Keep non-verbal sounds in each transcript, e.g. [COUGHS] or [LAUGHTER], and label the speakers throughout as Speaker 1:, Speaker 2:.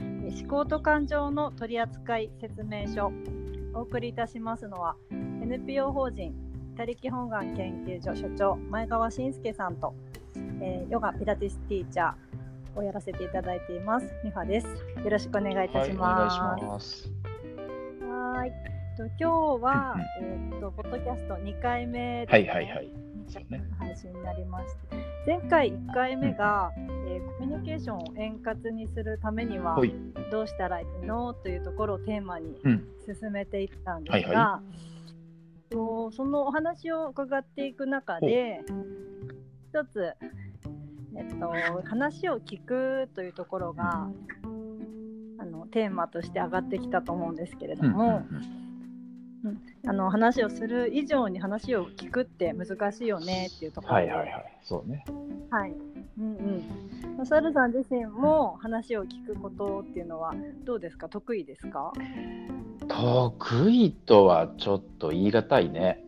Speaker 1: 思考と感情の取扱説明書お送りいたしますのは NPO 法人他力本願研究所所長前川信介さんと、えーヨガピラティスティーチャーをやらせていただいています美穂ですよろしくお願いいたします、
Speaker 2: はい、お願いします。
Speaker 1: はーい。と今日は、
Speaker 2: [LAUGHS]
Speaker 1: えーっと、ポッドキャスト2回目
Speaker 2: は
Speaker 1: です
Speaker 2: い
Speaker 1: ね
Speaker 2: はいはい。そうね
Speaker 1: 配信になりまして、前回1回目が、えーコミュニケーションを円滑にするためには
Speaker 2: ほい。
Speaker 1: どうしたらいいのというところをテーマに
Speaker 2: うん。
Speaker 1: 進めていったんですが、
Speaker 2: はいは
Speaker 1: とそのお話を伺っていく中で、一つ、えっと、話を聞くというところが、あのテーマとして上がってきたと思うんですけれど
Speaker 2: うん
Speaker 1: も、あの話をする以上に話を聞くって難しいよねっていうところ
Speaker 2: はいはい
Speaker 1: で
Speaker 2: はい。そうね。
Speaker 1: はいうんうんサルさん自身も話を聞くことっていうのはどうですか得意ですか
Speaker 2: 得意とはちょっと言い難いね。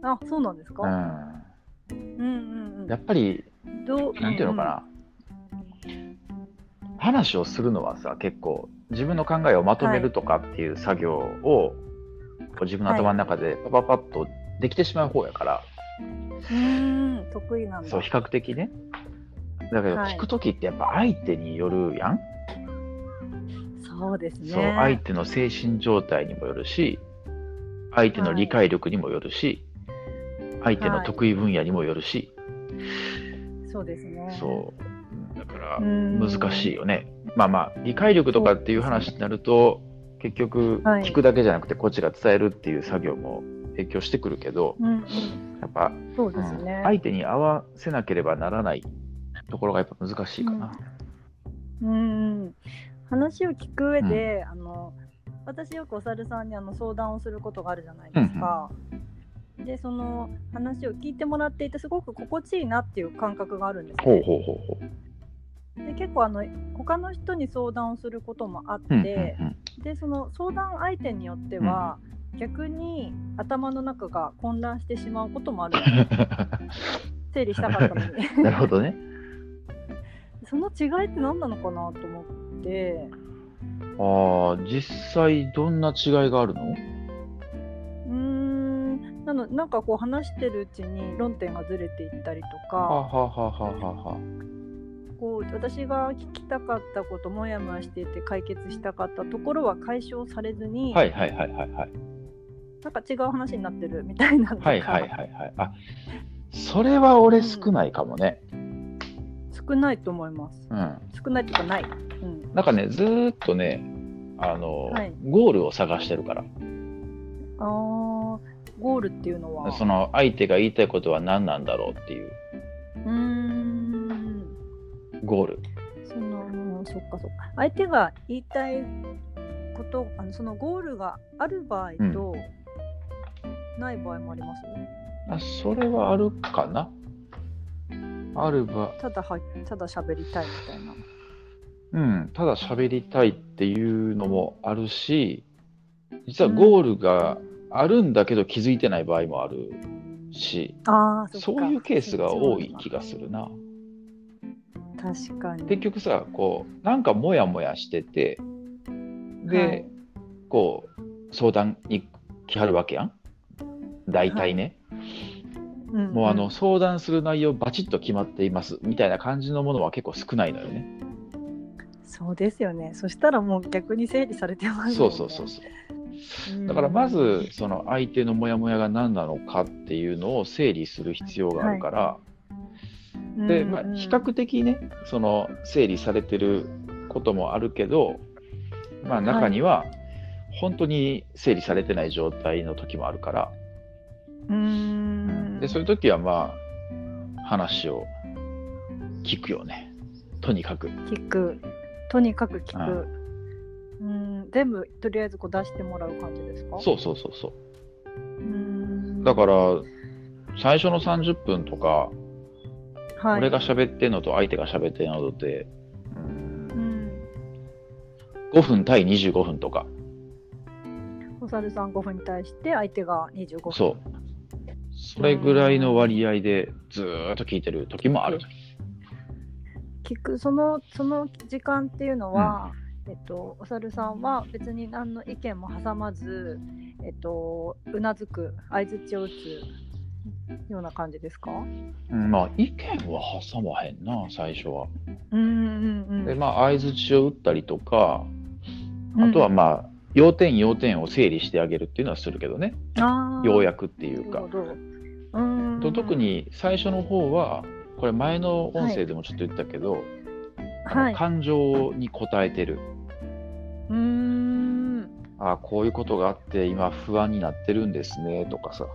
Speaker 1: あそうなんですか、
Speaker 2: う
Speaker 1: う
Speaker 2: ん。
Speaker 1: ん、うんうん
Speaker 2: やっぱり、
Speaker 1: どう
Speaker 2: なんていうのかな。話をするのはさ、結構自分の考えをまとめるとかっていう作業を、こう自分の頭の中でパパパッとできてしまう方やから、
Speaker 1: うんうん得意なんだ
Speaker 2: そう比較的ね。だけど
Speaker 1: はい
Speaker 2: 聞く時ってやっぱ相手によるやん。
Speaker 1: そうですね
Speaker 2: そう相手の精神状態にもよるし相手の理解力にもよるし、相手の得意分野にもよるし、
Speaker 1: そうですね
Speaker 2: そうだから
Speaker 1: うん
Speaker 2: 難しいよね、まあまあ理解力とかっていう話になると結局
Speaker 1: はい
Speaker 2: 聞くだけじゃなくてこっちが伝えるっていう作業も影響してくるけど
Speaker 1: うんうん
Speaker 2: やっぱ、
Speaker 1: そうです
Speaker 2: うん
Speaker 1: ね、
Speaker 2: 相手に合わせなければならないところがやっぱ難しいかな。
Speaker 1: うんうん話を聞く上で、あの私よくお猿さんにあの相談をすることがあるじゃないですか。でその話を聞いてもらっていてすごく心地いいなっていう感覚があるんです
Speaker 2: ほう
Speaker 1: ね。
Speaker 2: ほうほうほう。
Speaker 1: で結構あの他の人に相談をすることもあって、
Speaker 2: うんうんうん
Speaker 1: でその相談相手によっては、逆に頭の中が混乱してしまうこともあ
Speaker 2: [LAUGHS]
Speaker 1: るんですよ整理したかったのに
Speaker 2: なるほどね。
Speaker 1: その違いって何なのかなと思って。
Speaker 2: ああ、実際どんな違いがあるの
Speaker 1: うーんなのなんかこう話してるうちに論点がずれていったりと
Speaker 2: はあ
Speaker 1: か
Speaker 2: はあはあはあはあは
Speaker 1: こう私が聞きたかったこともやもやしていて解決したかったところは解消されずに、
Speaker 2: あ。はいはいはいはいはい。
Speaker 1: なんか違う話になってるみたいなのが、
Speaker 2: はいはいはいはい。あ、それは俺少ないかもね。
Speaker 1: 少ないと思います
Speaker 2: うん。
Speaker 1: 少ないとかない、うん、
Speaker 2: なんかね、ずーっとね、あの、
Speaker 1: はい
Speaker 2: ゴールを探してるから。
Speaker 1: あーゴールっていうのは
Speaker 2: その相手が言いたいことは何なんだろうっていう
Speaker 1: うーん
Speaker 2: ゴール。
Speaker 1: そのそっかそっか相手が言いたいことあのそのゴールがある場合と、ない場合もありますよね
Speaker 2: あ、それはあるかな。あるば、
Speaker 1: ただはただ喋りたいみたいな。
Speaker 2: うん、ただ喋りたいっていうのもあるし、実はゴールがあるんだけど気づいてない場合もあるし、
Speaker 1: ああ、
Speaker 2: そういうケースが多い気がするな。
Speaker 1: 確かに。
Speaker 2: 結局さ、こう、なんかモヤモヤしてて、で、
Speaker 1: はい
Speaker 2: こう、相談に来はるわけやん。大体ね、
Speaker 1: うん
Speaker 2: もうあの、相談する内容バチッと決まっていますみたいな感じのものは結構少ないのよね。
Speaker 1: そうですよね。そしたらもう逆に整理されてます
Speaker 2: そ
Speaker 1: もん
Speaker 2: う
Speaker 1: ね
Speaker 2: そうそうそう。
Speaker 1: うん
Speaker 2: だからまずその相手のモヤモヤが何なのかっていうのを整理する必要があるから、でまあ、比較的ねその整理されてることもあるけど、まあ、中には本当に整理されてない状態の時もあるから、
Speaker 1: うんうんうん
Speaker 2: でそういう時はまあ話を聞くよねとにかく。
Speaker 1: 聞く。とにかく聞く。うん全部とりあえずこう出してもらう感じですか
Speaker 2: そうそうそうそううんだから最初の30分とか、
Speaker 1: はい、
Speaker 2: 俺が喋ってんのと相手が喋ってんのとって、うん
Speaker 1: うん
Speaker 2: 5分対25分とか
Speaker 1: お猿さん5分に対して相手が25分
Speaker 2: そうそれぐらいの割合でずーっと聞いてる時もある
Speaker 1: 聞くそのその時間っていうのは、えっと、お猿さんは別に何の意見も挟まず、えっと、うなずく相づちを打つような感じですか
Speaker 2: うんまあ意見は挟まへんな最初は。
Speaker 1: うんうんうん
Speaker 2: でまあ相づちを打ったりとかあとはまあ、要点要点を整理してあげるっていうのはするけどね
Speaker 1: あー
Speaker 2: 要約っていう
Speaker 1: な
Speaker 2: か
Speaker 1: る。ほどうんうん
Speaker 2: と特に最初の方はこれ前の音声でもちょっと言ったけど、あの
Speaker 1: はい
Speaker 2: 感情に応えてる
Speaker 1: うーん
Speaker 2: ああこういうことがあって今不安になってるんですねとかさ
Speaker 1: は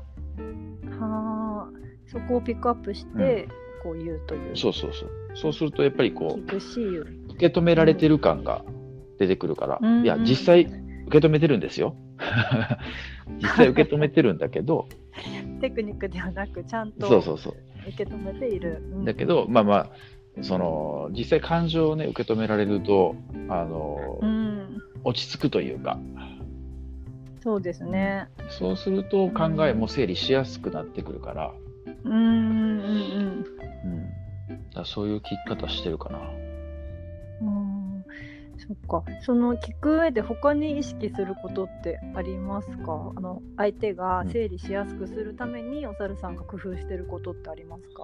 Speaker 1: あそこをピックアップして、こう言うという
Speaker 2: そうそうそうそうするとやっぱりこ
Speaker 1: 聞くし言う
Speaker 2: う受け止められてる感が出てくるから、
Speaker 1: うん
Speaker 2: いや実際受け止めてるんですよ [LAUGHS] 実際受け止めてるんだけ
Speaker 1: [LAUGHS]
Speaker 2: ど
Speaker 1: テクニックではなくちゃん
Speaker 2: そう
Speaker 1: と
Speaker 2: そうそ
Speaker 1: 受け止めている。
Speaker 2: うだけどまあまあその実際感情をね受け止められるとあの、
Speaker 1: うん、
Speaker 2: 落ち着くというか
Speaker 1: そうですね。
Speaker 2: そうすると考えも整理しやすくなってくるから、
Speaker 1: うんうん
Speaker 2: うん、だからそういう聞き方してるかな。
Speaker 1: うん。うんそっか。その聞く上で他に意識することってありますか。あの相手が整理しやすくするためにお猿さんが工夫してることってありますか。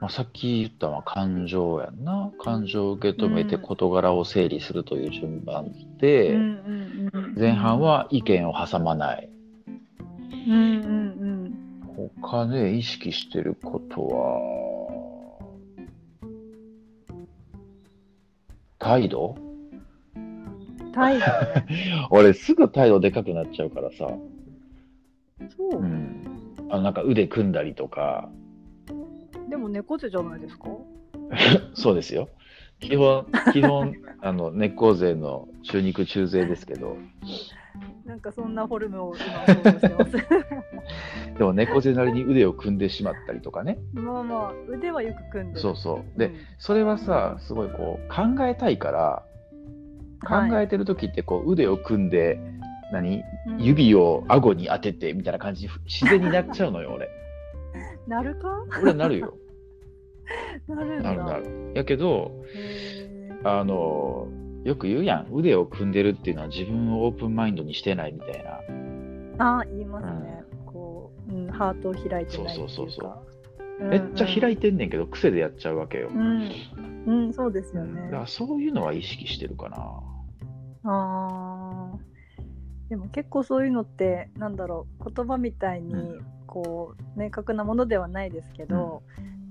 Speaker 2: まあ、さっき言ったのは感情やんな感情を受け止めて
Speaker 1: うん
Speaker 2: 事柄を整理するという順番
Speaker 1: ん
Speaker 2: で、
Speaker 1: うん
Speaker 2: 前半。は意見を挟まない
Speaker 1: うんうん
Speaker 2: 他で意識してることは態度
Speaker 1: うん。態度。
Speaker 2: 俺すぐ態度でかくなっちゃうからさ、
Speaker 1: そうう。
Speaker 2: ん、あのなんか腕組んだりとか
Speaker 1: でも猫背じゃないですか。
Speaker 2: そうですよ基本 [LAUGHS] 基本あの猫背の中肉中背ですけど
Speaker 1: なんかそんなフォルムを今想像してます。
Speaker 2: でも猫背なりに腕を組んでしまったりとかね
Speaker 1: [LAUGHS] まあまあ腕はよく組んでる。
Speaker 2: そうそうで
Speaker 1: ん
Speaker 2: それはさすごいこう考えたいから
Speaker 1: はい
Speaker 2: 考えてる時ってこう腕を組んで何
Speaker 1: うん
Speaker 2: 指を顎に当ててみたいな感じに自然になっちゃうのよ俺
Speaker 1: なるか
Speaker 2: 俺なるよ
Speaker 1: [LAUGHS] なるんだ
Speaker 2: なるなるやけど
Speaker 1: へー
Speaker 2: あのよく言うやん腕を組んでるっていうのは自分をオープンマインドにしてないみたいな
Speaker 1: あ言いますね、こう、うん、ハートを開いてないっていうか
Speaker 2: そうそうそうそう
Speaker 1: うん
Speaker 2: めっちゃ開いてんねんけど癖でやっちゃうわけよ
Speaker 1: うん、うんうん、そうですよ
Speaker 2: だか
Speaker 1: ね
Speaker 2: らそういうのは意識してるかな
Speaker 1: あーでも結構そういうのってなんだろう言葉みたいにこう明確なものではないですけど、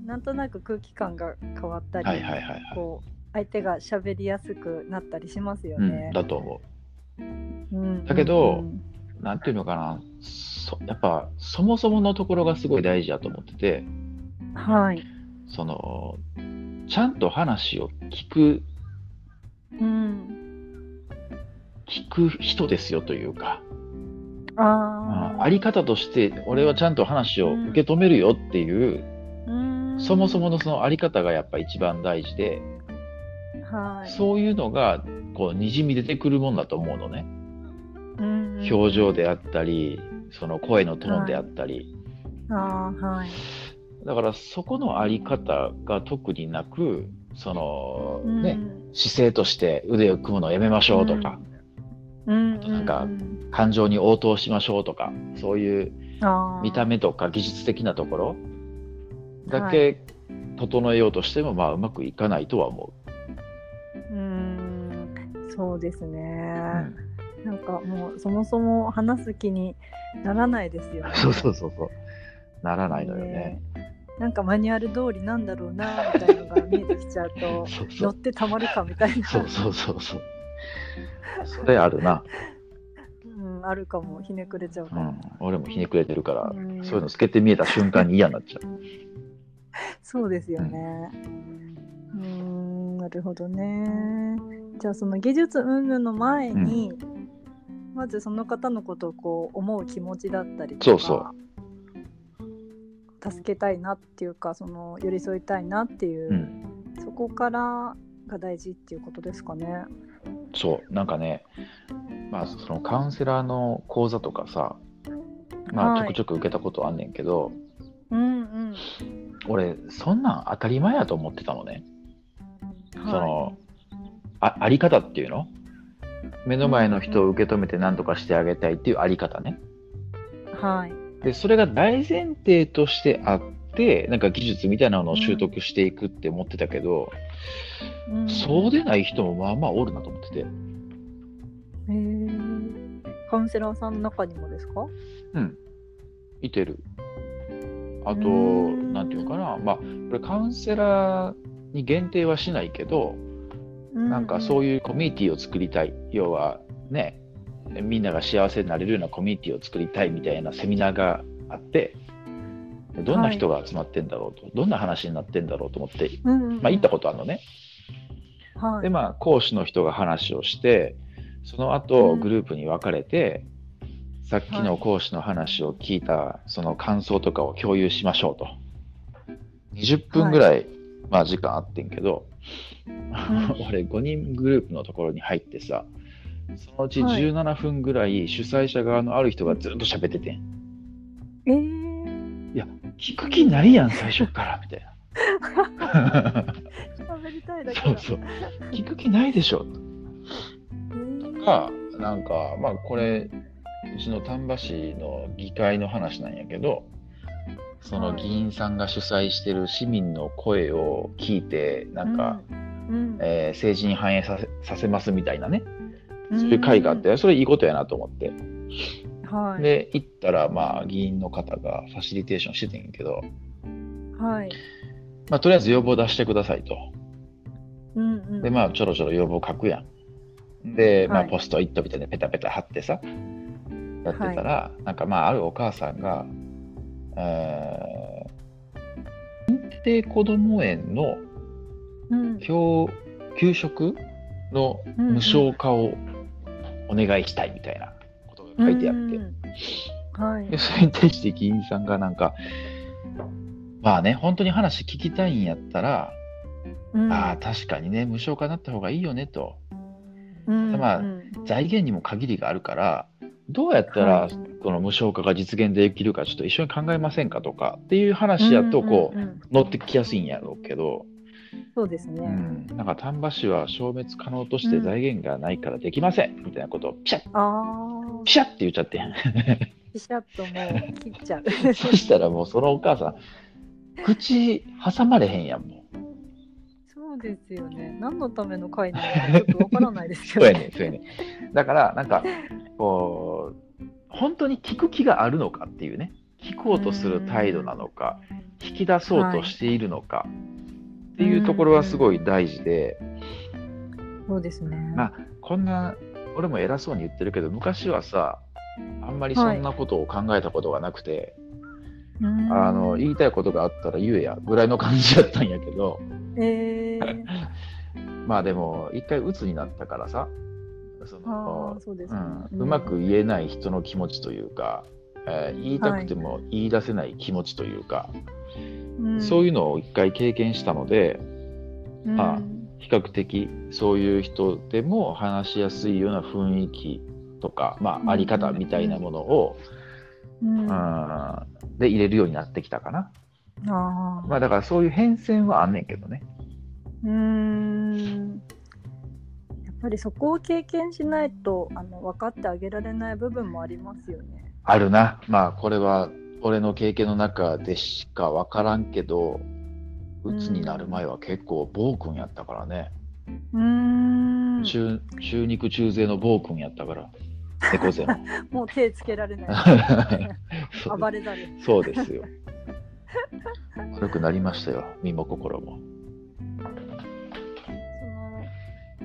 Speaker 1: なんとなく空気感が変わったり、
Speaker 2: はいはいはいはい、
Speaker 1: こう相手が喋りやすくなったりしますよ
Speaker 2: うん、
Speaker 1: ね。
Speaker 2: だと思う
Speaker 1: うん
Speaker 2: だけ
Speaker 1: う
Speaker 2: ど
Speaker 1: ん
Speaker 2: なんていうのかなそやっぱそもそものところがすごい大事だと思ってて
Speaker 1: はい、
Speaker 2: そのちゃんと話を聞く
Speaker 1: うん、
Speaker 2: 聞く人ですよというか、
Speaker 1: あ
Speaker 2: あ
Speaker 1: ー
Speaker 2: あり方として俺はちゃんと話を受け止めるよっていう、
Speaker 1: うん
Speaker 2: そもそものそのあり方がやっぱ一番大事で、
Speaker 1: はい、
Speaker 2: そういうのがこうにじみ出てくるもんだと思うのね、
Speaker 1: うんうん
Speaker 2: 表情であったりその声のトーンであったり、
Speaker 1: あーはい
Speaker 2: だからそこのあり方が特になくその、
Speaker 1: うん
Speaker 2: ね姿勢として腕を組むのをやめましょうとか、
Speaker 1: うん、
Speaker 2: あとなんか
Speaker 1: う
Speaker 2: 感情に応答しましょうとかそういう
Speaker 1: あー
Speaker 2: 見た目とか技術的なところだけ整えようとしても、まあうまくいかないとは思
Speaker 1: うんそうですね、
Speaker 2: う。
Speaker 1: なんかもうそもそも話す気にならないですよね
Speaker 2: そうそうそうそう。ならないのよね。
Speaker 1: なんかマニュアル通りなんだろうなみたいなのが見えてきちゃうと
Speaker 2: [LAUGHS] そうそ
Speaker 1: 乗っ
Speaker 2: う
Speaker 1: てたまるかみたいな
Speaker 2: そうそうそうそう。それあるな、
Speaker 1: うん、あるかもひねくれちゃうか
Speaker 2: う
Speaker 1: も、
Speaker 2: ん、俺もひねくれてるから、
Speaker 1: うん
Speaker 2: そういうの透けて見えた瞬間に嫌になっちゃう
Speaker 1: そうですよね。うーん、なるほどね。じゃあその技術云々の前に、まずその方のことをこう思う気持ちだったりとか、
Speaker 2: そう
Speaker 1: 助けたいなっていうかその寄り添いたいなっていう、
Speaker 2: うん
Speaker 1: そこからが大事っていうことですかね。
Speaker 2: そうなんかね、まあ、そのカウンセラーの講座とかさ、まあ、ちょ
Speaker 1: はい
Speaker 2: くちょく受けたことあんねんけど、
Speaker 1: うんうん。
Speaker 2: 俺そんなん当たり前やと思ってたのねそのああり方っていうの目の前の人を受け止めて何とかしてあげたいっていうあり方ね。
Speaker 1: はい。
Speaker 2: でそれが大前提としてあってなんか技術みたいなのを習得していくって思ってたけど、
Speaker 1: うん
Speaker 2: そうでない人もまあまあおるなと思ってて、
Speaker 1: へーカウンセラーさんの中にもですか
Speaker 2: うん、いてる。あと
Speaker 1: うん
Speaker 2: なんていうかなまあこれカウンセラーに限定はしないけどなんかそう
Speaker 1: い
Speaker 2: いうコミュニティを作りたい要はねみんなが幸せになれるようなコミュニティを作りたいみたいなセミナーがあってどんな人が集まってんだろうと、どんな話になってんだろうと思って、
Speaker 1: うん、うんうん
Speaker 2: まあ、行ったことあるのね。
Speaker 1: と、はい、
Speaker 2: でまあ講師の人が話をしてその後
Speaker 1: うん
Speaker 2: グループに分かれて、さっきの講師の話を聞いたその感想とかを共有しましょうと20分ぐらい、まあ時間あってんけど、 [LAUGHS] 俺5人グループのところに入ってさそのうち
Speaker 1: はい
Speaker 2: 17分ぐらい主催者側のある人がずっと喋っててん
Speaker 1: えー、
Speaker 2: 聞く気ないやん最初からみ
Speaker 1: [LAUGHS]
Speaker 2: た [LAUGHS] いな
Speaker 1: 喋りたいだけだ
Speaker 2: そうそう聞く気ないでしょがなんかまあこれうちの丹波市の議会の話なんやけどその
Speaker 1: はい
Speaker 2: 議員さんが主催してる市民の声を聞いてなんか、、
Speaker 1: うん
Speaker 2: えー政治に反映させさせますみたいなねそういう会があっ、てそれいいことやなと思って
Speaker 1: うんはい、
Speaker 2: で行ったらまあ議員の方がファシリテーションしててんやけど、
Speaker 1: はい
Speaker 2: まあ、とりあえず要望出してくださいと
Speaker 1: うんうん、
Speaker 2: でまあちょろちょろ要望書くやんで、まあ、
Speaker 1: はい
Speaker 2: ポストイットみたいでペタペタ貼ってさやってたら、なんかまああるお母さんが、えー、認定こども園の
Speaker 1: うん、
Speaker 2: 教給食の無償化をお願いしたいみたいなことが書いてあ
Speaker 1: う
Speaker 2: って、
Speaker 1: んうんはい
Speaker 2: でそれに対して議員さんがなんかまあね本当に話聞きたいんやったら、
Speaker 1: うん
Speaker 2: ああ確かにね無償化になった方がいいよねと
Speaker 1: うん
Speaker 2: まあ
Speaker 1: うん
Speaker 2: 財源にも限りがあるからどうやった
Speaker 1: は
Speaker 2: ら
Speaker 1: い
Speaker 2: この無償化が実現できるかちょっと一緒に考えませんかとかっていう話やとこ
Speaker 1: うんうんうん
Speaker 2: う乗ってきやすいんやろうけど、
Speaker 1: そうです
Speaker 2: う
Speaker 1: ね、
Speaker 2: ん、なんか丹波市は消滅可能として財源がないからできませんみたいなことをピシャッ
Speaker 1: ああ
Speaker 2: ピシャッって言っち
Speaker 1: [LAUGHS]
Speaker 2: ゃってん
Speaker 1: ピシャッともう切っちゃう [LAUGHS]
Speaker 2: そしたらもうそのお母さん口挟まれへんやんもう。
Speaker 1: そうですよね何のための会なのかちょっとわからないですけ
Speaker 2: そう
Speaker 1: ど
Speaker 2: やねんそうやねんだからなんかこう本当に聞く気があるのかっていうね聞こうとする態度なのか。引き出そうとしているのか、っていうところはすごい大事で、
Speaker 1: そうですね、
Speaker 2: まあこんな俺も偉そうに言ってるけど昔はさあんまりそんなことを考えたことがなくて、
Speaker 1: うん
Speaker 2: あの言いたいことがあったら言えやぐらいの感じだったんやけど
Speaker 1: えー、
Speaker 2: まあでも一回鬱になったからさそ
Speaker 1: あ
Speaker 2: の
Speaker 1: あ、そうです
Speaker 2: う
Speaker 1: ね
Speaker 2: ん、うまく言えない人の気持ちというか、えー言いたくても言い出せない気持ちというか、そういうのを一回経験したので。
Speaker 1: うん
Speaker 2: あ比較的そういう人でも話しやすいような雰囲気とか、ま
Speaker 1: うん
Speaker 2: あ、あり方みたいなものを、
Speaker 1: うんあ
Speaker 2: うん、で入れるようになってきたかな、
Speaker 1: あ、
Speaker 2: まあ、だからそういう変遷はあんねんけどね
Speaker 1: うーんやっぱりそこを経験しないとあの分かってあげられない部分もありますよね。
Speaker 2: あるなまあこれは俺の経験の中でしか分からんけど鬱になる前は結構暴君やったからね、
Speaker 1: うーん
Speaker 2: 中中肉中背の暴君やった
Speaker 1: [LAUGHS]
Speaker 2: から猫背の
Speaker 1: もう手つけられない [LAUGHS]
Speaker 2: そう
Speaker 1: 暴れざる。
Speaker 2: [LAUGHS] そうですよ。悪くなりましたよ、身も心も。
Speaker 1: その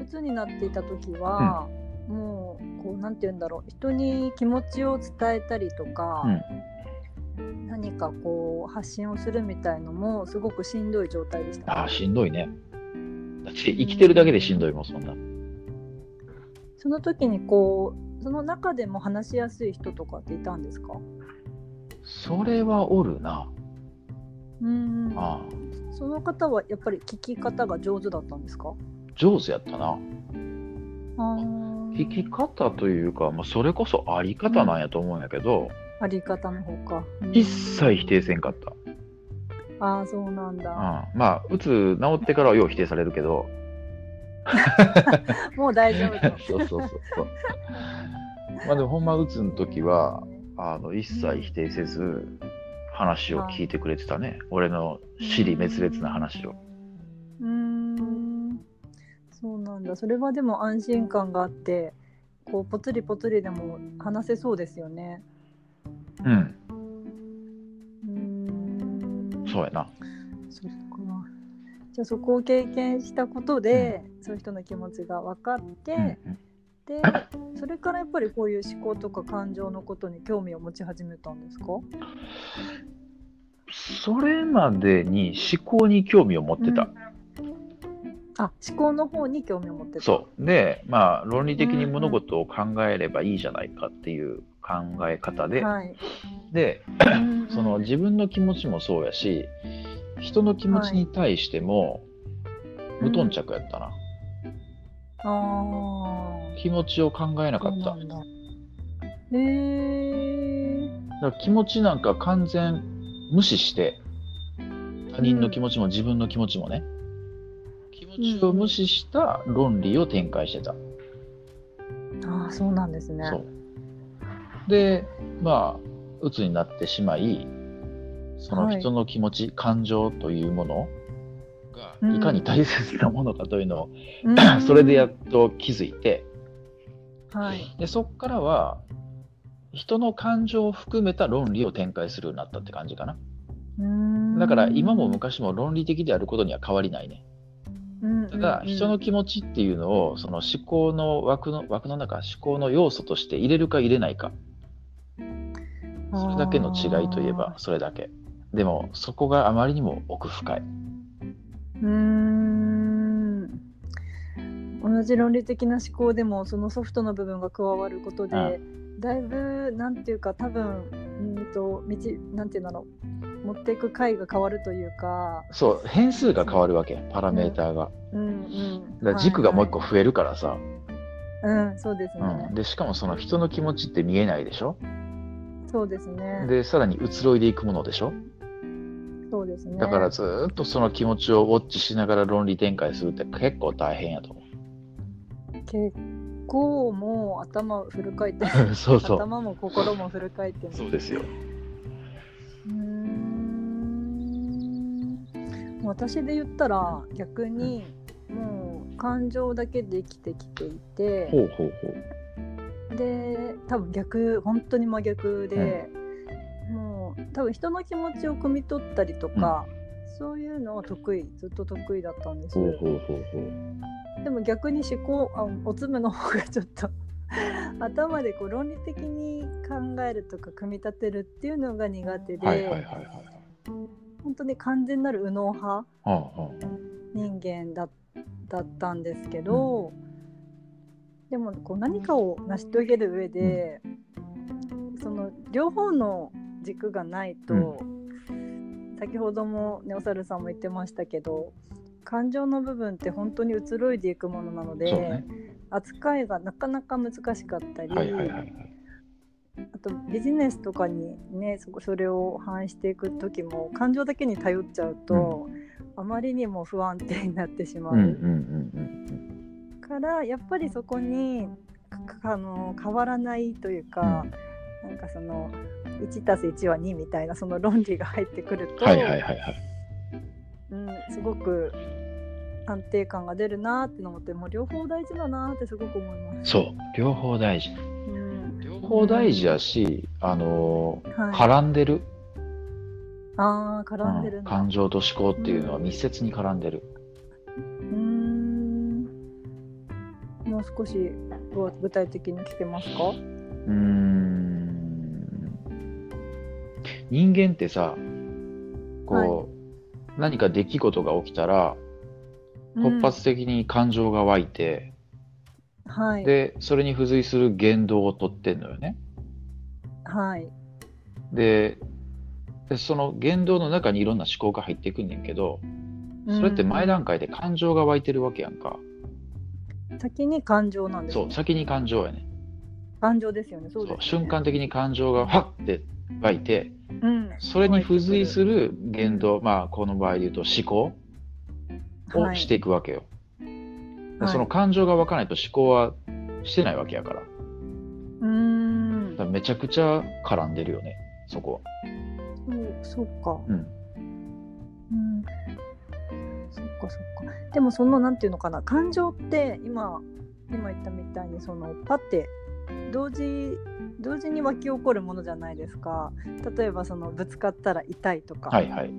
Speaker 1: 鬱になっていた時は、もうこうなんて言うんだろう人に気持ちを伝えたりとか、何かこう発信をするみたいのもすごくしんどい状態でした。
Speaker 2: ああ、しんどいね。だって生きてるだけでしんどいもん、そんな。
Speaker 1: その時にこうその中でも話しやすい人とかっていたんですか
Speaker 2: それはおるな。
Speaker 1: うん
Speaker 2: ああ、
Speaker 1: その方はやっぱり聞き方が上手だったんですか
Speaker 2: 上手やったな。
Speaker 1: あ
Speaker 2: 生き方というか、まあ、それこそあり方なんやと思うんやけど、
Speaker 1: あり方の方か、うん
Speaker 2: 一切否定せんかった。
Speaker 1: ああそうなんだ
Speaker 2: うん、まあ、うつ治ってからはよう否定されるけど、
Speaker 1: もう大丈夫だ
Speaker 2: [LAUGHS] そうそうそうそう。まあでもほんまうつの時はあの一切否定せず話を聞いてくれてたね、俺の尻滅裂な話を。
Speaker 1: うーんそうなんだそれはでも安心感があってこうぽつりぽつりでも話せそうですよね
Speaker 2: うん、
Speaker 1: うーん
Speaker 2: そうやな。
Speaker 1: そっかじゃあそこを経験したことで、そういう人の気持ちが分かって、
Speaker 2: うんうん
Speaker 1: でそれからやっぱりこういう思考とか感情のことに興味を持ち始めたんですか
Speaker 2: それまでに思考に興味を持ってた。
Speaker 1: うんあ思考の方に興味を持ってた
Speaker 2: そうでまあ論理的に物事を考えればいいじゃないかっていう考え方で、
Speaker 1: はい、
Speaker 2: で
Speaker 1: うんうん
Speaker 2: [LAUGHS] その自分の気持ちもそうやし人の気持ちに対しても無頓着やったな、
Speaker 1: ああ
Speaker 2: 気持ちを考えなかった
Speaker 1: そうなんだへえ
Speaker 2: だから気持ちなんか完全無視して他人の気持ちも自分の気持ちもね、気持ちを無視した論理を展開してた、
Speaker 1: ああそうなんですね
Speaker 2: そうでまあ鬱になってしまいその人の気持ち、感情というもの
Speaker 1: う
Speaker 2: が
Speaker 1: ん
Speaker 2: いかに大切なものかというのを、
Speaker 1: うん
Speaker 2: [LAUGHS] [COUGHS] それでやっと気づいて
Speaker 1: はい
Speaker 2: でそこからは人の感情を含めた論理を展開するようになったって感じかな
Speaker 1: うーん
Speaker 2: だから今も昔も論理的であることには変わりないね
Speaker 1: うん
Speaker 2: ただ
Speaker 1: うんうん
Speaker 2: 人の気持ちっていうのをその思考の枠の枠の中思考の要素として入れるか入れないかそれだけの違いといえばそれだけでもそこがあまりにも奥深
Speaker 1: あ
Speaker 2: い、
Speaker 1: ーうーん同じ論理的な思考でもそのソフトの部分が加わることで、
Speaker 2: う
Speaker 1: だいぶなんていうか多分うんと道なんていうんだろう持っていく回が変わるというか、
Speaker 2: そう変数が変わるわけパラメーターが、
Speaker 1: うんうん、
Speaker 2: だから軸がもう一個
Speaker 1: はい
Speaker 2: 増えるからさ、
Speaker 1: はい、うん、そうですね、
Speaker 2: うん、でしかもその人の気持ちって見えないでしょ
Speaker 1: そうですね、
Speaker 2: でさらに移ろいでいくものでしょ
Speaker 1: そうですね。
Speaker 2: だからずーっとその気持ちをウォッチしながら論理展開するって結構大変やと思
Speaker 1: 結構もう頭フル回転
Speaker 2: う [LAUGHS] そうそう
Speaker 1: 頭も心もフル回転
Speaker 2: そうですよ
Speaker 1: うーん私で言ったら逆にもう感情だけで生きてきていて
Speaker 2: ほうほうほう
Speaker 1: で多分逆本当に真逆で、もう多分人の気持ちを汲み取ったりとか、そういうのは得意ずっと得意だったんです
Speaker 2: ほうほうほうほう
Speaker 1: でも逆に思考あおつむの方がちょっと頭でこう論理的に考えるとか組み立てるっていうのが苦手で、
Speaker 2: はいはいはいはいはい
Speaker 1: 本当に完全なる右脳派
Speaker 2: ああああ
Speaker 1: 人間だだったんですけど、でもこう何かを成し遂げる上で、その両方の軸がないと、
Speaker 2: う
Speaker 1: 先ほどもねお猿さんも言ってましたけど感情の部分って本当に移ろいでいくものなので、
Speaker 2: そうね
Speaker 1: 扱いがなかなか難しかったり、
Speaker 2: はいはいはいはい
Speaker 1: あとビジネスとかにねそこそれを反映していく時も感情だけに頼っちゃうと、あまりにも不安定になってしまう、
Speaker 2: うんうんうんうん
Speaker 1: からやっぱりそこにかあの変わらないというか、なんかその1たす1は2みたいなその論理が入ってくると、
Speaker 2: はいはいはいはい
Speaker 1: うん、すごく安定感が出るなって思ってもう両方大事だなってすごく思います。
Speaker 2: そう両方大事
Speaker 1: うん
Speaker 2: 両方大事やしあのー
Speaker 1: はい、
Speaker 2: 絡んでる、
Speaker 1: あー
Speaker 2: う
Speaker 1: 絡んでる
Speaker 2: ん、
Speaker 1: んだ。
Speaker 2: 感情と思考っていうのは密接に絡んでる
Speaker 1: うーんもう少しご具体的に聞けますか
Speaker 2: うーん人間ってさこう、何か出来事が起きたら突発的に感情が湧いて、
Speaker 1: うんはい
Speaker 2: でそれに付随する言動をとってんのよね。
Speaker 1: はい
Speaker 2: ででその言動の中にいろんな思考が入ってくんねんけどそれって前段階で感情が湧いてるわけやんか、
Speaker 1: うん先に感情なんです
Speaker 2: そ
Speaker 1: ね
Speaker 2: う先に感情やね
Speaker 1: 感情ですよねそうです
Speaker 2: そ
Speaker 1: よ
Speaker 2: う
Speaker 1: ね
Speaker 2: 瞬間的に感情がハッて湧いて
Speaker 1: うん
Speaker 2: それに付随する言動まあこの場合で言うと思考をしていくわけよ、
Speaker 1: はい
Speaker 2: その感情が湧かないと思考はしてないわけやから
Speaker 1: うーん
Speaker 2: だからめちゃくちゃ絡んでるよねそこ
Speaker 1: そうそうか
Speaker 2: は、う
Speaker 1: う
Speaker 2: ん、
Speaker 1: んそっかそっかでもそのなんていうのかな感情って今今言ったみたいにそのパッて同時同時に湧き起こるものじゃないですか例えばそのぶつかったら痛いとか、
Speaker 2: はいはい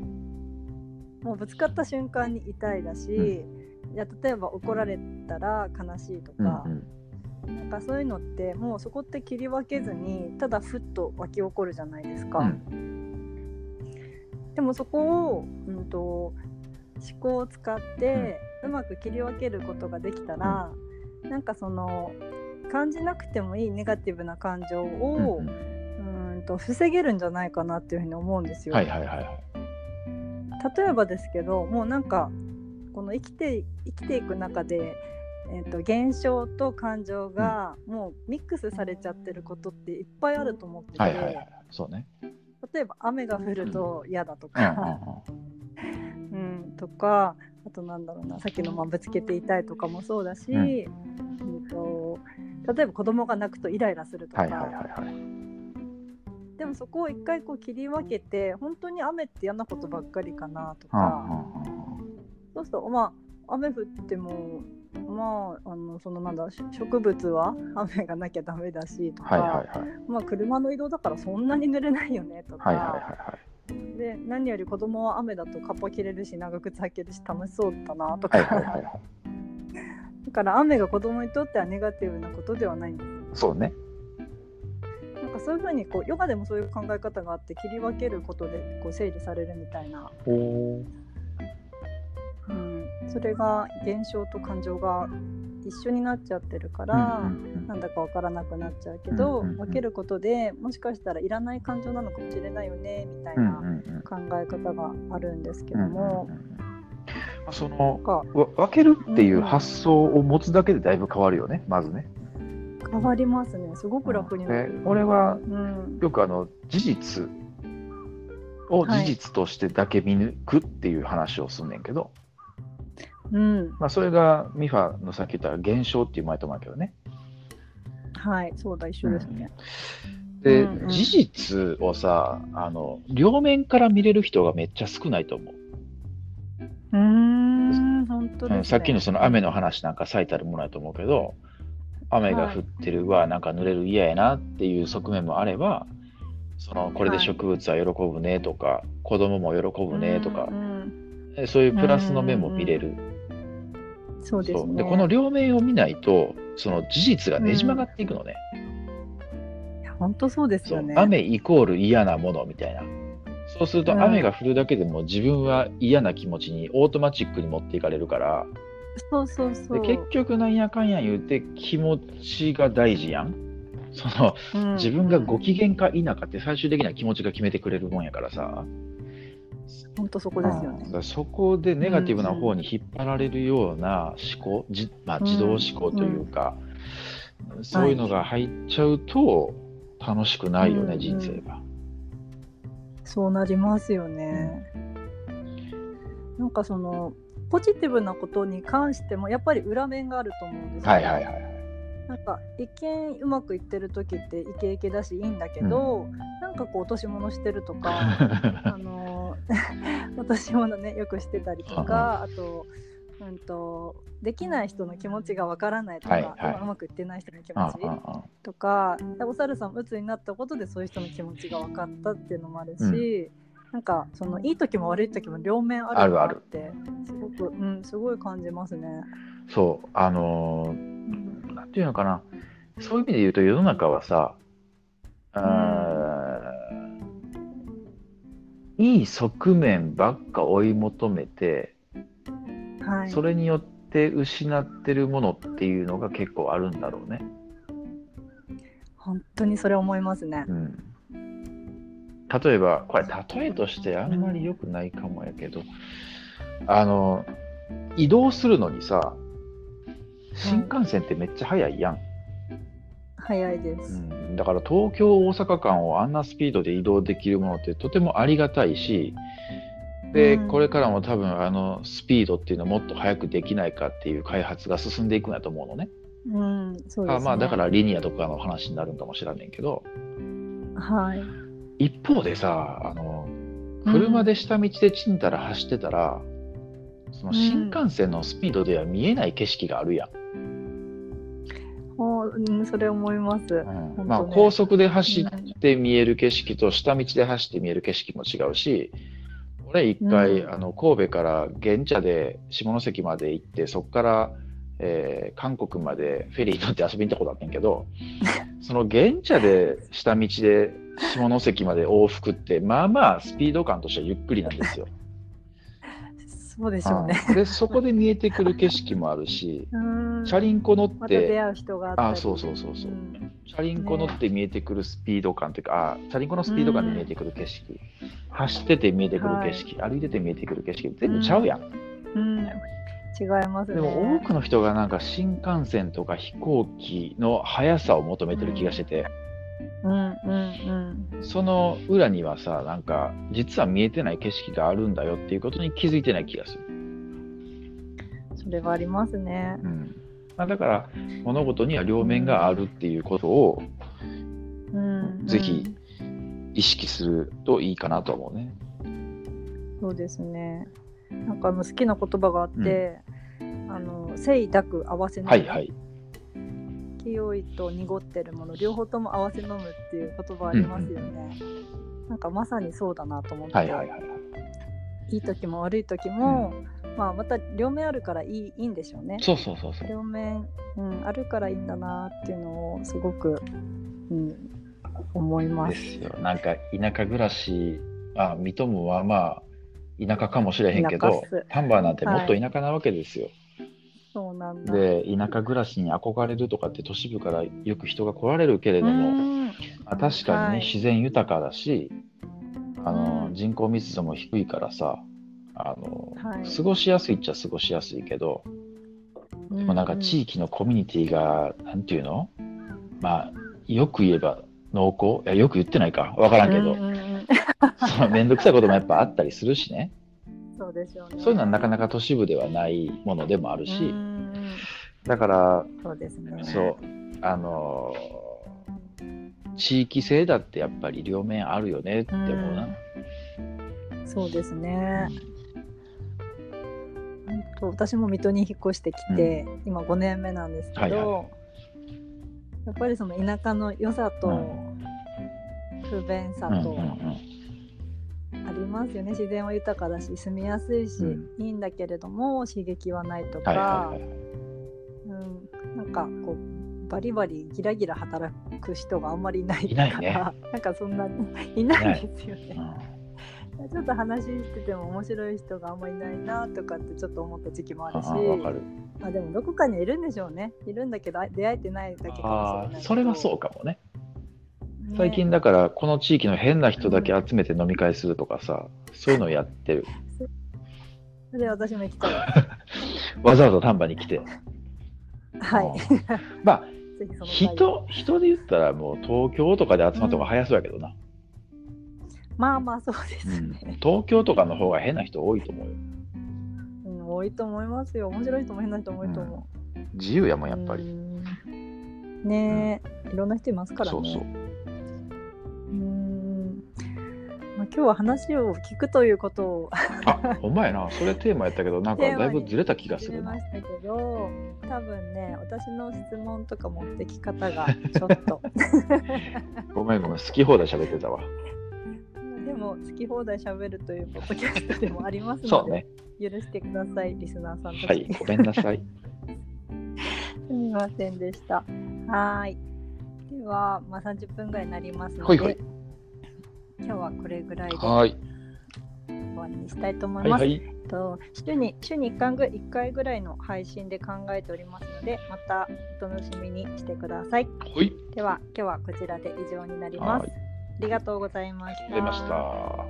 Speaker 1: もうぶつかった瞬間に痛いだし、いや例えば怒られたら悲しいと
Speaker 2: うんう
Speaker 1: か、
Speaker 2: ん
Speaker 1: なんかそういうのってもうそこって切り分けずにただふっと湧き起こるじゃないですか、
Speaker 2: うん
Speaker 1: でもそこを、うん、と思考を使ってうまく切り分けることができたら、なんかその感じなくてもいいネガティブな感情
Speaker 2: うん
Speaker 1: を
Speaker 2: う、
Speaker 1: うん、と防げるんじゃないかなっていうふうに思うんです
Speaker 2: ん
Speaker 1: よ。
Speaker 2: はいはいはいはい
Speaker 1: 例えばですけどもうなんかこの生きて生きていく中で、えー、と現象と感情がもうミックスされちゃってることっていっぱいあると思ってて、
Speaker 2: はいはいはいそうね
Speaker 1: 例えば雨が降ると嫌だと
Speaker 2: うんうん
Speaker 1: か、うんとかあとなんだろうなさっきのまあぶつけていたいとかもそうだし、
Speaker 2: う
Speaker 1: う
Speaker 2: ん
Speaker 1: んと例えば子供が泣くとイライラするとか、
Speaker 2: はいはいはいはい
Speaker 1: でもそこを一回こう切り分けて本当に雨って嫌なことばっかりかなと
Speaker 2: う
Speaker 1: か。
Speaker 2: んうんうん
Speaker 1: そうするとまあ雨降ってもまああのそのなんだし植物は雨がなきゃダメだしとか、
Speaker 2: はいはいはい
Speaker 1: まあ車の移動だからそんなに濡れないよねとか、
Speaker 2: はいはいは
Speaker 1: で何より子供は雨だとカッパ着れるし長靴履けるし楽しそうだなと
Speaker 2: いは
Speaker 1: か、
Speaker 2: いはいはいはい
Speaker 1: だから雨が子供にとってはネガティブなことではないんです
Speaker 2: そうね
Speaker 1: なんかそういうふうにこうヨガでもそういう考え方があって切り分けることでこう整理されるみたいな、
Speaker 2: おお
Speaker 1: うん、それが現象と感情が一緒になっちゃってるから。なんだかわからなくなっちゃうけど、
Speaker 2: うんうんうん
Speaker 1: 分けることでもしかしたらいらない感情なのかもしれないよねみたいな考え方があるんですけども、
Speaker 2: その
Speaker 1: なんか
Speaker 2: わ分けるっていう発想を持つだけでだいぶ変わるよねまずね。
Speaker 1: 変わりますねすごく楽にな
Speaker 2: で
Speaker 1: る。
Speaker 2: 俺は
Speaker 1: うん
Speaker 2: よくあの事実を事実としてだけ見抜くっていう話をすんねんけど、
Speaker 1: うん、
Speaker 2: まあ、それがミファのさっき言った現象っていう前ともあるけどね。
Speaker 1: はいそうだ一緒ですね。
Speaker 2: で、
Speaker 1: うんうん
Speaker 2: 事実をさあの両面から見れる人がめっちゃ少ないと思う。
Speaker 1: うーん本当です、
Speaker 2: う
Speaker 1: ね
Speaker 2: ん、さっきのその雨の話なんか最たるものやと思うけど雨が降ってるわなんか濡れる嫌やなっていう側面もあればそのこれで植物は喜ぶねとか、子供も喜ぶねとか
Speaker 1: う、ん
Speaker 2: えそういうプラスの面も見れる、
Speaker 1: うんそうです
Speaker 2: そう
Speaker 1: ね。
Speaker 2: でこの両面を見ないとその事実がねじ曲がっていくのね、
Speaker 1: いや本当そうです
Speaker 2: そ
Speaker 1: よ
Speaker 2: う
Speaker 1: ね。
Speaker 2: 雨イコール嫌なものみたいなそうすると
Speaker 1: うん
Speaker 2: 雨が降るだけでも自分は嫌な気持ちにオートマチックに持っていかれるから、
Speaker 1: そうそうそ
Speaker 2: で
Speaker 1: う。
Speaker 2: 結局なんやかんや言うて気持ちが大事やんその
Speaker 1: うん
Speaker 2: 自分がご機嫌か否かって最終的には気持ちが決めてくれるもんやからさ
Speaker 1: 本当そこですよ
Speaker 2: うんだ
Speaker 1: ね。
Speaker 2: からそこでネガティブな方に引っ張られるような思考、じまあ、
Speaker 1: うん
Speaker 2: 自動思考というか、そういうのが入っちゃうと楽しくないよね、
Speaker 1: うん
Speaker 2: 人生が。
Speaker 1: そうなりますよね。なんかそのポジティブなことに関してもやっぱり裏面があると思うんですよ
Speaker 2: はいはいはい。
Speaker 1: なんか一見うまくいってる時ってイケイケだしいいんだけど、なんかこう落とし物してると
Speaker 2: [LAUGHS]
Speaker 1: かあの [LAUGHS] 落とし物ねよくしてたりとかあと,、うん、とできない人の気持ちがわからないとか、
Speaker 2: はいはい
Speaker 1: 今うまくいってない人の気
Speaker 2: うん
Speaker 1: 持ち
Speaker 2: うんうん
Speaker 1: とかお猿さん鬱になったことでそういう人の気持ちが分かったっていうのもあるし、なんかそのいい時も悪い時も両面あるな
Speaker 2: あるある
Speaker 1: ってすごく、うん、すごい感じますね。
Speaker 2: そうあのーなんていうのかなそういう意味で言うと世の中はさ、あーいい側面ばっか追い求めて、
Speaker 1: はい、
Speaker 2: それによって失ってるものっていうのが結構あるんだろうね。
Speaker 1: 本当にそれ思いますね
Speaker 2: う。ん、例えばこれ例えとしてあんまり良くないかもやけど、あの移動するのにさ新幹線ってめっちゃ速いやん。
Speaker 1: 早いです。
Speaker 2: うんだから東京大阪間をあんなスピードで移動できるものってとてもありがたいしで、
Speaker 1: うん
Speaker 2: これからも多分あのスピードっていうのをもっと早くできないかっていう開発が進んでいくんやと思うのね。
Speaker 1: うん、そうです、ね。
Speaker 2: あまあだからリニアとかの話になるんかもしらんねんけど
Speaker 1: ら。はい。
Speaker 2: 一方でさあの車で下道でちんたら走ってたら、その新幹線のスピードでは見えない景色があるやん。
Speaker 1: おうん、それ思います。
Speaker 2: う
Speaker 1: 当
Speaker 2: ん
Speaker 1: ね
Speaker 2: まあ、高速で走って見える景色と下道で走って見える景色も違うし俺一回、
Speaker 1: うん
Speaker 2: あの神戸から現茶で下関まで行ってそこから、えー韓国までフェリー乗って遊びに行ったことあったんやけ
Speaker 1: [LAUGHS]
Speaker 2: どその現茶で下道で下関まで往復ってまあまあスピード感としてはゆっくりなんですよ。
Speaker 1: [LAUGHS] そうでしょうね。
Speaker 2: うんでそこで見えてくる景色もあるし
Speaker 1: うん。
Speaker 2: チャリンコ乗
Speaker 1: [LAUGHS] ま
Speaker 2: った
Speaker 1: 出
Speaker 2: て、
Speaker 1: 会う人があったり。
Speaker 2: あそうそうそうそう。
Speaker 1: ん
Speaker 2: チャリンコ乗って見えてくるスピード感というか、あチャリンコのスピード感で見えてくる景色、走ってて見えてくる景色、歩いてて見えてくる景色、全部ちゃうやん。
Speaker 1: うん。違いますね。
Speaker 2: でも多くの人がなんか新幹線とか飛行機の速さを求めてる気がしてて、
Speaker 1: うんうん
Speaker 2: その裏にはさ、なんか実は見えてない景色があるんだよっていうことに気づいてない気がする。
Speaker 1: うん。それはありますね。
Speaker 2: うんまあ、だから物事には両面があるっていうことを
Speaker 1: うん、うん。
Speaker 2: ぜひ意識するといいかなとは思うね。
Speaker 1: そうですね。なんかあの好きな言葉があって、あの誠意だく合わせ飲む、
Speaker 2: はいはい。
Speaker 1: 勢いと濁ってるもの両方とも合わせ飲むっていう言葉ありますよね。なんかまさにそうだなと思って、
Speaker 2: はいはいはい。
Speaker 1: い、い時も悪い時も、まあまた両面あるからいいいいんでしょうね。
Speaker 2: そうそうそうそう。
Speaker 1: 両面、うん、あるからいいんだなっていうのをすごく、うん、思いま。
Speaker 2: ですすよ。なんか田舎暮らし、あ、水戸もはまあ田舎かもしれへんけ
Speaker 1: 田舎
Speaker 2: ど
Speaker 1: っす、
Speaker 2: 丹波なんてもっと田舎なわけですよ。
Speaker 1: そうなんだ。
Speaker 2: で、田舎暮らしに憧れるとかって都市部からよく人が来られるけれど
Speaker 1: う
Speaker 2: も、
Speaker 1: ん
Speaker 2: まあ確かにね、
Speaker 1: はい
Speaker 2: 自然豊かだし、あの
Speaker 1: うん
Speaker 2: 人口密度も低いからさ、あの、
Speaker 1: はい
Speaker 2: 過ごしやすいっちゃ過ごしやすいけど、でもなんか地域のコミュニティが、なんていうのまあ、よく言えば濃厚いや、よく言ってないか、わからんけど
Speaker 1: う、んうんうん
Speaker 2: [LAUGHS] その面倒くさいこともやっぱあったりするしね
Speaker 1: そうでしょうね。
Speaker 2: そういうのはなかなか都市部ではないものでもある
Speaker 1: う
Speaker 2: し
Speaker 1: んうん
Speaker 2: だから
Speaker 1: そうですね。
Speaker 2: そうあのー地域性だってやっぱり両面あるよねって思うな
Speaker 1: うんそうですね。うんと私も水戸に引っ越してきて、今5年目なんですけど、
Speaker 2: はいは
Speaker 1: やっぱりその田舎の良さと、
Speaker 2: うん
Speaker 1: 不便さ
Speaker 2: うん
Speaker 1: と
Speaker 2: うん
Speaker 1: ありますよね、自然は豊かだし住みやすいし、
Speaker 2: う
Speaker 1: いいんだけれども刺激はないとか、
Speaker 2: はいはいはい
Speaker 1: うん、なんかこうバリバリギラギラ働く人があんまりいないか
Speaker 2: いな
Speaker 1: ら
Speaker 2: いね
Speaker 1: [LAUGHS] なんかそんないないですよね。
Speaker 2: うん
Speaker 1: ちょっと話してても面白い人があんまりいないなとかってちょっと思った時期もあるし
Speaker 2: ああわかる
Speaker 1: まあでもどこかにはいるんでしょうねいるんだけどあ出会えてないだけかもし
Speaker 2: あ
Speaker 1: れな
Speaker 2: あ
Speaker 1: い
Speaker 2: それはそううかもね最近だからこの地域の変な人だけ集めて飲み会するとかさそういうのやってる
Speaker 1: それ私も行き
Speaker 2: [LAUGHS]
Speaker 1: たい
Speaker 2: わざわざ丹波に来て
Speaker 1: はい
Speaker 2: うんまあ
Speaker 1: [LAUGHS] ぜひその際
Speaker 2: 人人で言ったらもう東京とかで集まった方が早そうやけどな、
Speaker 1: まあまあそうです
Speaker 2: うん
Speaker 1: ね、
Speaker 2: 東京とかの方が変な人多いと思うよ
Speaker 1: うん多いと思いますよ面白い人も変な人も多いと思
Speaker 2: 自由やも
Speaker 1: う、
Speaker 2: んやっぱり、
Speaker 1: うんねえ、いろんな人いますからね
Speaker 2: そうそう
Speaker 1: うん、まあ、今日は話を聞くということを
Speaker 2: あお前なそれテーマやったけ [LAUGHS] どなんかだいぶずれた気がす
Speaker 1: 始め
Speaker 2: る
Speaker 1: ま
Speaker 2: な
Speaker 1: したけど多分ね私の質問とか持ってき方
Speaker 2: [LAUGHS]
Speaker 1: がちょっと
Speaker 2: ごめんごめん好き放題喋ってたわ
Speaker 1: でも好き放題しゃべるというポッドキャストでもあります
Speaker 2: そ
Speaker 1: の
Speaker 2: う
Speaker 1: で、
Speaker 2: ね
Speaker 1: 許してくださいリスナーさんたち、
Speaker 2: はいごめんなさい
Speaker 1: すみませんでしたはーいでは、まあ、30分ぐらいになりますので、
Speaker 2: はいはい
Speaker 1: 今日はこれぐらいで終
Speaker 2: はい
Speaker 1: わりにしたいと思
Speaker 2: はいい
Speaker 1: ます、
Speaker 2: はい
Speaker 1: えっと週に週に1回ぐ1回ぐらいの配信で考えておりますのでまたお楽しみにしてください
Speaker 2: はい
Speaker 1: では今日はこちらで以上になります。
Speaker 2: はい
Speaker 1: ありがとうございました。
Speaker 2: 出ました